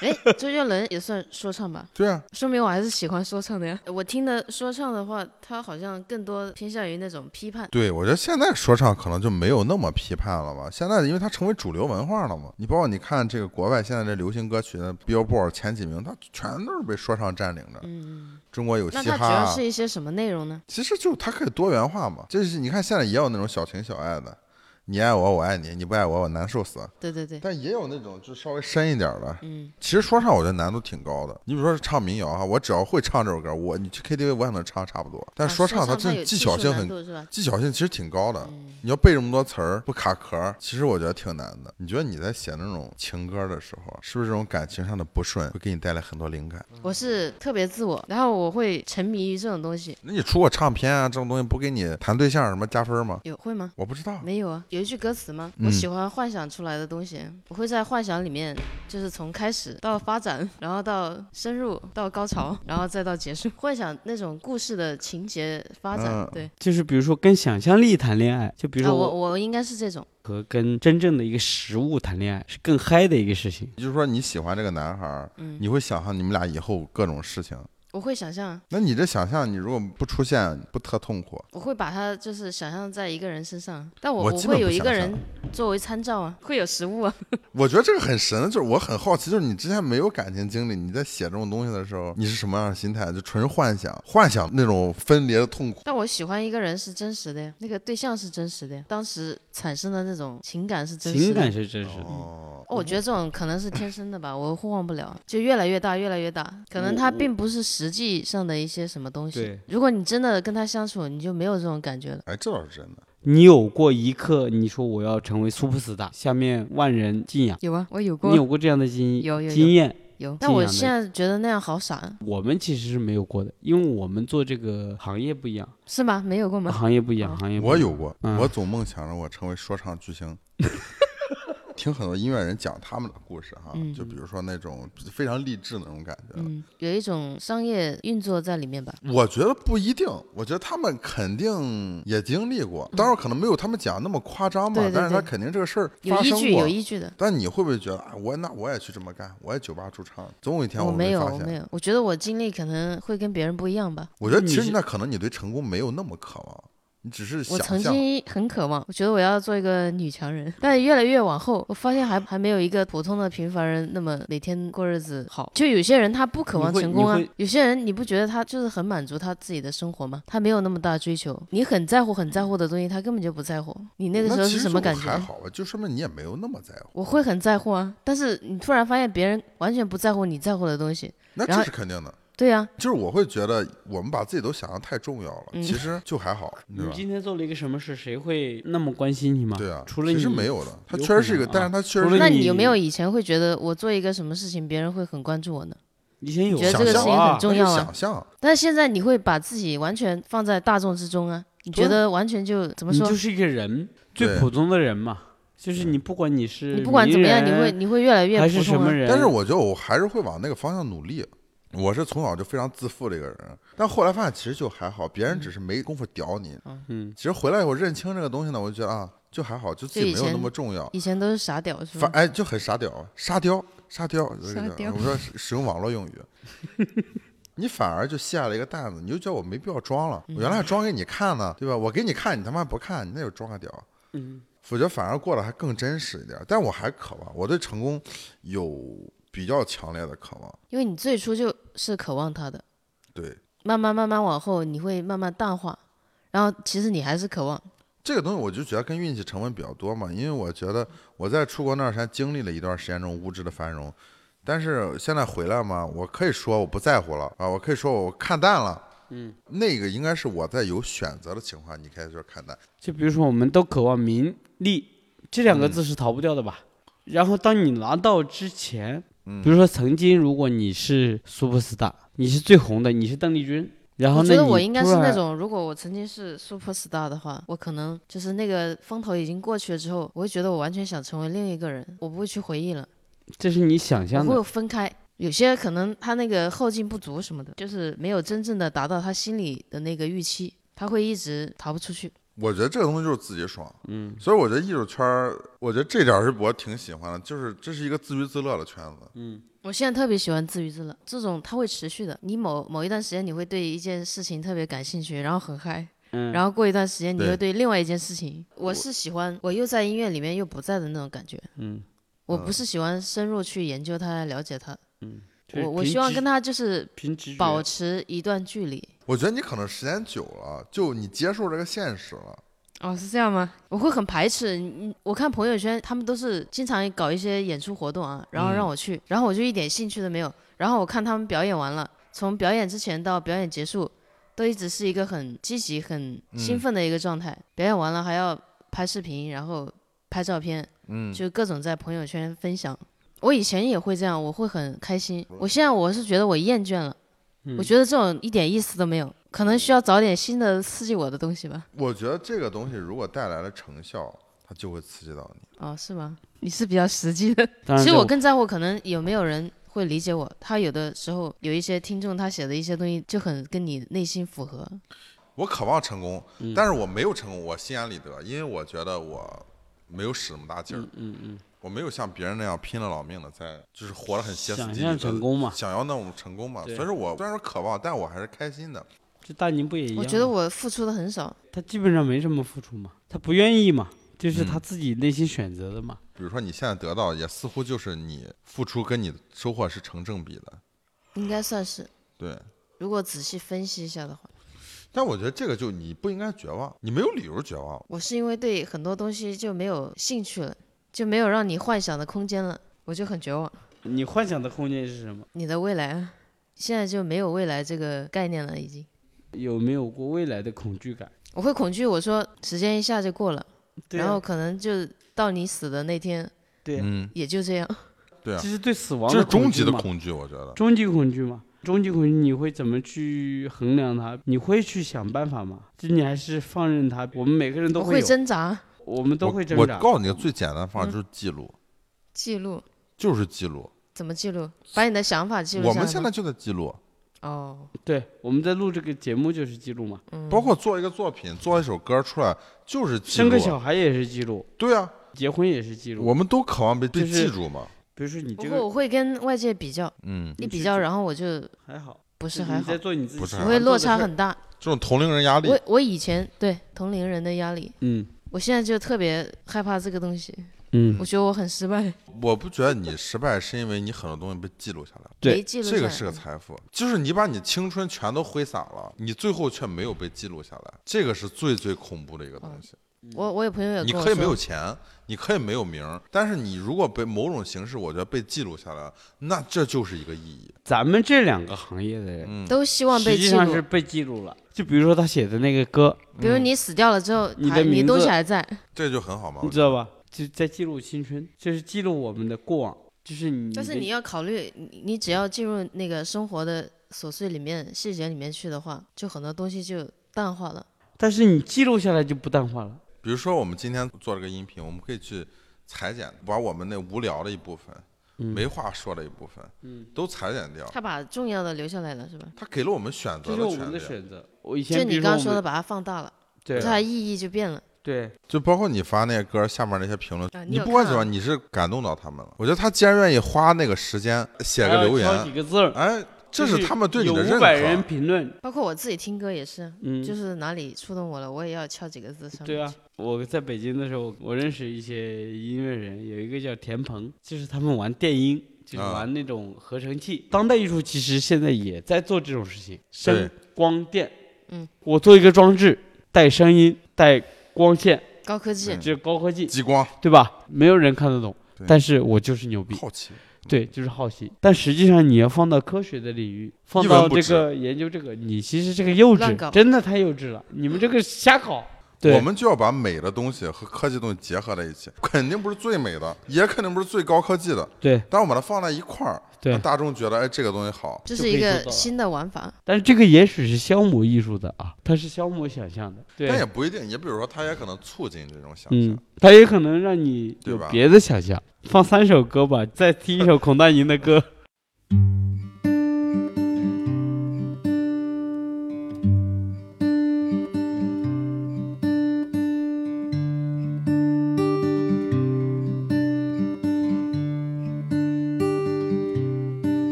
哎，周杰伦也算说唱吧，
对啊，
说明我还是喜欢说唱的呀。 我听的说唱的话，他好像更多偏向于那种批判。
对，我觉得现在说唱可能就没有那么批判了吧。现在因为它成为主流文化了嘛，你包括你看这个国外现在这流行歌曲的 Billboard 前几名，它全都是被说唱占领着。中国有
嗯那
嘻
它
哈、
主
啊
要，是一些什么内容呢？
其实就是它可以多元化嘛。就是你看现在也有那种小情小爱的，你爱我我爱你，你不爱我我难受死。
对对对，
但也有那种就稍微深一点的。
嗯，
其实说唱我觉得难度挺高的。你比如说是唱民谣哈，我只要会唱这首歌，我你去 KTV 我也能唱差不多。但
啊
说
唱
它
它
这
有
技
技
巧
术
性
难
很
度是嗯吧？
技巧性其实挺高的，你要背这么多词儿不卡壳儿，其实我觉得挺难的。你觉得你在写那种情歌的时候，是不是这种感情上的不顺会给你带来很多灵感？
我是特别自我，然后我会沉迷于这种东西。
那你出过唱片啊，这种东西不给你谈对象什么加分吗？
有会吗？
我不知道，
没有啊，有一句歌词吗？
嗯
我喜欢幻想出来的东西，我会在幻想里面，就是从开始到发展，然后到深入，到高潮，然后再到结束， 幻想那种故事的情节发展。
嗯
对，
就是比如说跟想象力谈恋爱，就比如
啊、
说
我
我
我应该是这种，
和跟真正的一个实物谈恋爱是更嗨的一个事情。
也就是说你喜欢这个男孩儿，你会想象你们俩以后各种事情。
我会想象啊，
那你这想象，你如果不出现，不特痛苦？
我会把它就是想象在一个人身上，但我
我基本
会有
不
一
想
个
象
人作为参照啊，会有食物啊。
我觉得这个很神，就是我很好奇，就是你之前没有感情经历，你在写这种东西的时候，你是什么样的心态？就纯幻想，幻想那种分离的痛苦。
但我喜欢一个人是真实的呀，那个对象是真实的呀，当时产生的那种情感是真实的。
情感是真实的，
哦我觉得这种可能是天生的吧，我互换不了，啊就越来越大，越来越大。可能它并不是实际上的一些什么东西
对。
如果你真的跟他相处，你就没有这种感觉了。
哎，这倒是真的。
你有过一刻你说我要成为 superstar，下面万人敬仰，
有啊，我有
你有过这样的经
有有有
经验？
有，
敬
但我
仰的
现在觉得那样好傻，啊
我们其实是没有过的，因为我们做这个行业不一样，
是吗？没有
啊
过吗？
行业不一样，
哦
行业不一
我
样
有过，
嗯
我总梦想着我成为说唱巨星。听很多音乐人讲他们的故事哈，
嗯
就比如说那种非常励志的那种感觉。
嗯，有一种商业运作在里面吧。
我觉得不一定，我觉得他们肯定也经历过，当然可能没有他们讲那么夸张嘛，
嗯对对
但是他
对
肯定这个事儿
有
发
依
生
据，
过
有。依据的。
但你会不会觉得，啊，我那我也去这么干，我也酒吧驻唱，总有一天
我没
会
有，
发
我没
现。
有。我觉得我经历可能会跟别人不一样吧。
我觉得其
你
实
是
那可能你对成功没有那么渴望，你只是
我
想
曾
象。
经很渴望，我觉得我要做一个女强人，但越来越往后，我发现还还没有一个普通的平凡人那么每天过日子好。就有些人他不渴望
你会
成功啊
你会，
有些人你不觉得他就是很满足他自己的生活吗？他没有那么大追求，你很在乎很在乎的东西，他根本就不在乎。你那个时候
其
是
实
什么
我
感
还
觉？啊
好吧，就说明你也没有那么在乎。
我会很在乎啊，但是你突然发现别人完全不在乎你在乎的东西，
那
然后
这是肯定的。
对啊呀、
就是我会觉得我们把自己都想的太重要了，
嗯
其实就还好，对
你
吧？
今天做了一个什么事，谁会那么关心你吗？
对啊，
除了你
其实没有的，它
有
确实
可
是一个，
能啊
但是它确
除
实
了
那
你
你有没有以前会觉得我做一个什么事情，别人会很关注我呢？
以前有
你觉
这
得
个事情
啊
很重
那
要
是
啊
想象，
但是现在你会把自己完全放在大众之中啊？你
对啊
觉得完全就怎么
你
说
就？是一个人，
对
最普通的人嘛。就是你不管你是
你不管怎么样，你
名
会
人
你会越来越
还
普
是什
通
么
啊。
人，
但是我觉得我还是会往那个方向努力。我是从小就非常自负的一个人，但后来发现其实就还好，别人只是没工夫屌你。
嗯，
其实回来以后认清这个东西呢，我就觉得啊，就还好，就自
就
己
以
没有那
前
么重要。
以前都是傻屌是
反
吧？
哎就很沙雕，沙雕，沙雕，这
嗯沙
个
雕
我说使使用网络用语， 你反而就下了一个担子，你就觉得我没必要装
嗯
了，我原来还装给你看呢，对吧？我给你看，你他妈不看，你那就装个屌。
嗯，
我觉得反而过得还更真实一点，但我还渴望，我对成功有比较强烈的渴望，
因为你最初就是渴望他的，
对。
慢慢慢慢往后，你会慢慢淡化，然后其实你还是渴望。
这个东西我就觉得跟运气成分比较多嘛，因为我觉得我在出国那段时间经历了一段时间这种物质的繁荣，但是现在回来嘛，我可以说我不在乎了啊，我可以说我看淡了。嗯，那个应该是我在有选择的情况，你开始就是看淡。
就比如说我们都渴望名利，这两个
嗯
字是逃不掉的吧？然后当你拿到之前，
嗯
比如说曾经如果你是 super star，你是最红的，你是邓丽君，然后
我
那
觉得
你
我应该是
突然
那种，如果我曾经是 super star 的话，我可能就是那个风头已经过去了之后，我会觉得我完全想成为另一个人，我不会去回忆了。
这是你想象
我
的
会分开。有些可能他那个后劲不足什么的，就是没有真正的达到他心里的那个预期，他会一直逃不出去。
我觉得这个东西就是自己爽，嗯，所以我觉得艺术圈儿，我觉得这点儿是我挺喜欢的，就是这是一个自娱自乐的圈子，
我现在特别喜欢自娱自乐，这种它会持续的。你某某一段时间你会对一件事情特别感兴趣，然后很嗨，
嗯
然后过一段时间你
对
会对另外一件事情，我是喜欢我又在音乐里面又不在的那种感觉，嗯，我不是喜欢深入去研究它了解它，
就是
我我
凭
希望
直
跟他就是
凭直觉
保持一段距离。
我觉得你可能时间久了，就你接受这个现实了。
哦，是这样吗？我会很排斥。嗯我看朋友圈，他们都是经常搞一些演出活动啊，然后让我去，然后我就一点兴趣都没有。然后我看他们表演完了，从表演之前到表演结束，都一直是一个很积极、很兴奋的一个状态。表演完了还要拍视频，然后拍照片，
嗯，
就各种在朋友圈分享。我以前也会这样，我会很开心。我现在我是觉得我厌倦了，我觉得这种一点意思都没有，可能需要找点新的刺激我的东西吧。
我觉得这个东西如果带来了成效，它就会刺激到你。
哦，是吗？你是比较实际的。
当然
其实
这
我更在乎可能有没有人会理解我。他有的时候有一些听众，他写的一些东西就很跟你内心符合。
我渴望成功，
嗯
但是我没有成功，我心安理得，因为我觉得我没有使那么大劲儿，嗯嗯，我没有像别人那样拼了老命的在，就是活得很歇斯
想
底里
象
的
成功嘛
想要那种成功嘛。所
对
以说我虽然说渴望，但我还是开心的。
这大宁不也一样吗？
我觉得我付出的很少，
他基本上没什么付出嘛，他不愿意嘛，就是
嗯
他自己内心选择的嘛。
比如说你现在得到，也似乎就是你付出跟你收获是成正比的，
应该算是。
对。
如果仔细分析一下的话，
但我觉得这个就你不应该绝望，你没有理由绝望。
我是因为对很多东西就没有兴趣了，就没有让你幻想的空间了，我就很绝望。
你幻想的空间是什么？
你的未来啊，现在就没有未来这个概念了，已经。
有没有过未来的恐惧感？
我会恐惧，我说时间一下就过了，
对啊
然后可能就到你死的那天
对啊，
嗯，
也就这样。
对啊
这，是对死亡
这是
的
终极的
嘛
恐惧，我觉得。
终极恐惧嘛？终极恐惧你会怎么去衡量它？你会去想办法吗？就你还是放任它？我们每个人都
我
有，
挣扎，
我们都
我
会挣
我
扎。嗯
告诉你个最简单的方法就是记录，
记录
就是记录。
怎么记录？把你的想法记
我
录下
们
来
现
吗
在就在记录，
哦，
对，我们在录这个节目就是记录嘛，
包括做一个作品、做一首歌出来就是记
生个
录
小
啊。
孩也是记录，
对啊，
结婚也是记录。
我们都渴望被被
就是
记住嘛。
比如说你
不
这
过我
个
会跟外界比较，
嗯，
一
你
比
去
较，
做
然后我就
还好，
不是
就
还
你
好
在，做你自己
不是
喜
还
我
好
欢做
会
的
落差
事儿。
很大。
这种同龄人压力
我，我以前对同龄人的压力，
嗯
我现在就特别害怕这个东西，
嗯
我，觉得我很失败，
我不觉得你失败是因为你很多东西被记录下来了。
对
没记录下
这个
来。
是个财富，就是你把你青春全都挥洒了，你最后却没有被记录下来，这个是最最恐怖的一个东西。
我我有朋友也
你
跟我
可以没有
说，
钱，你可以没有名儿，但是你如果被某种形式，我觉得被记录下来，那这就是一个意义。
咱们这两个行业的人，
嗯
都希望
实
被
际
记
上是
录。
被记录了。就比如说他写的那个歌，
比
嗯
如你死掉了之后，
你的
还你
名
东西
字
还在，
这就很好嘛。
你知道吧？就在记录青春，就是记录我们的过往，就是你。
但是你，要考虑，你你只要进入那个生活的琐碎里面、细节里面去的话，就很多东西就淡化了。
但是你记录下来就不淡化了。
比如说我们今天做这个音频，我们可以去裁剪，把我们那无聊的一部分、没话说的一部分，
嗯
都裁剪掉。
他把重要的留下来了，是吧？
他给了我们选择
这是
的
我们
权
的
利，
选择。我以前
就
比
你
如
刚刚
我
说
们
的，把它放大了，
对啊
它的意义就变了。
对，
就包括你发那些歌下面那些评论
啊，你
你
有
不管
看
怎么
啊
样，你是感动到他们了。我觉得他既然愿意花那个时间写
还
个
要
留
挑几
言，
个字儿，
哎，这
就是
他们对你的
有
认
五百人
可。
评论，
包括我自己听歌也是，
嗯，
就是哪里触动我了，我也要敲几个字上面。
对啊，，我在北京的时候，我认识一些音乐人，有一个叫田鹏，就是他们玩电音，就是
啊
玩那种合成器。当代艺术其实现在也在做这种事情，
对
声光电。
嗯，
我做一个装置，带声音，带光线，
高科技
嗯
这高科技，
激光，
对吧？没有人看得懂
对，
但是我就是牛逼。
好奇，
对，就是好奇，但实际上你要放到科学的领域，放
一文
到
不
这
值
个研究这个，你其实这个幼
乱搞
稚，真的太幼稚了。你们这个瞎搞，对
我们就要把美的东西和科技东西结合在一起，肯定不是最美的，也肯定不是最高科技的，
对
但我把它放在一块儿，
对
让大众觉得哎这个东西好。
这
就是
一
可以做
个
到了
新的玩法。
但是这个也许是消磨艺术的啊，它是消磨想象的，对
但，也不一定，也比如说，它也可能促进这种想
嗯
象。，
它也可能让你
对
有
吧
别的想象。放三首歌吧，再 听一首孔丹妮的歌。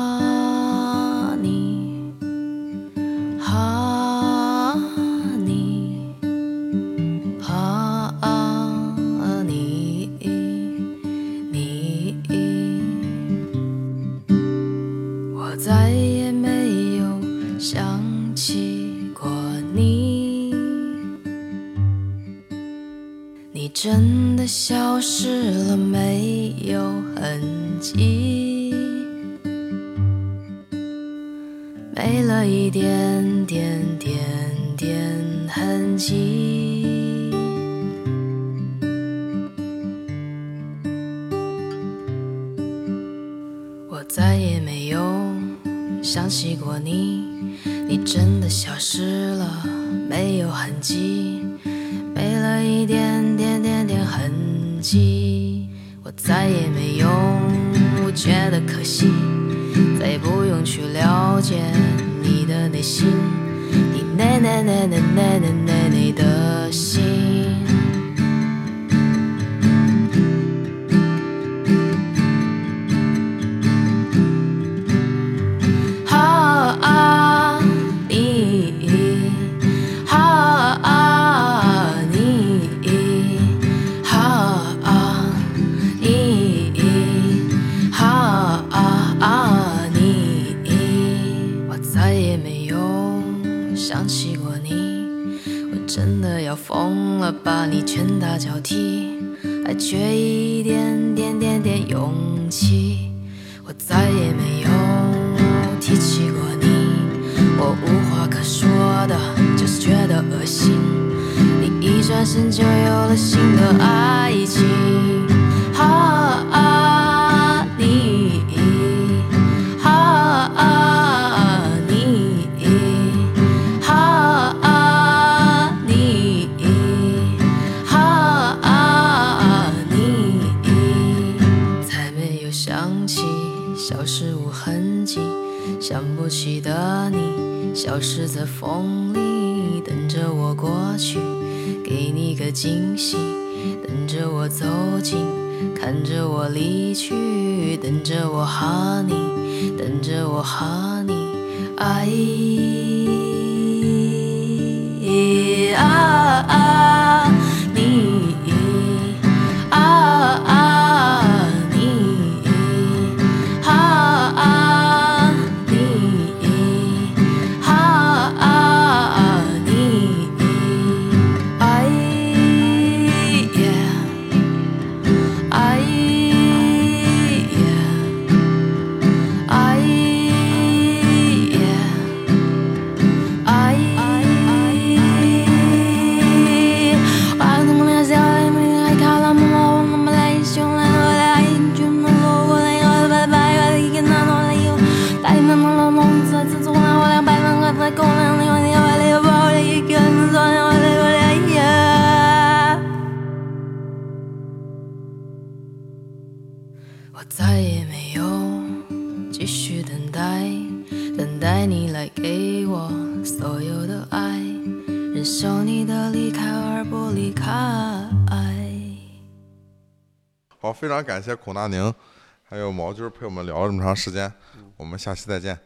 哈尼，哈尼，哈尼，你，我再也没有想起过你，你真的消失了，没有痕迹。没了一点点点点痕迹。我再也没有想起过你，你真的消失了，没有痕迹，没了一点点点点痕迹。我再也没有觉得可惜，再也不用去了解你的内心，你那那那那那那那那的心。哈啊你，哈啊你，哈啊你，哈啊你，我再也没有想起过你，我真的要疯了，把你拳打脚踢，还缺一点点点点勇气。我再也没有提起过你，我无话可说的，就是觉得恶心。你一转身就有了新的爱情，哈啊你，哈啊你，哈啊你，哈啊你。痕迹，想不起的你消失在风里，等着我过去，给你个惊喜，等着我走近，看着我离去，等着我和你，等着我和你爱。啊啊你啊啊你啊啊你啊啊你哎耶哎耶哎耶哎哎！我怎么了？笑脸明爱卡拉姆，我怎么来？凶来我来，爱君莫落我来，我拜拜，我来一个那诺来哟，白那诺诺诺，自自从那我来白那个那狗那那我来我来我来一个那诺那我来我来呀！我再也没有继续等待。等待你来给我所有的爱，忍受你的离开而不离开。
好，非常感谢孔大宁，还有毛军陪我们聊了这么长时间，我们下期再见。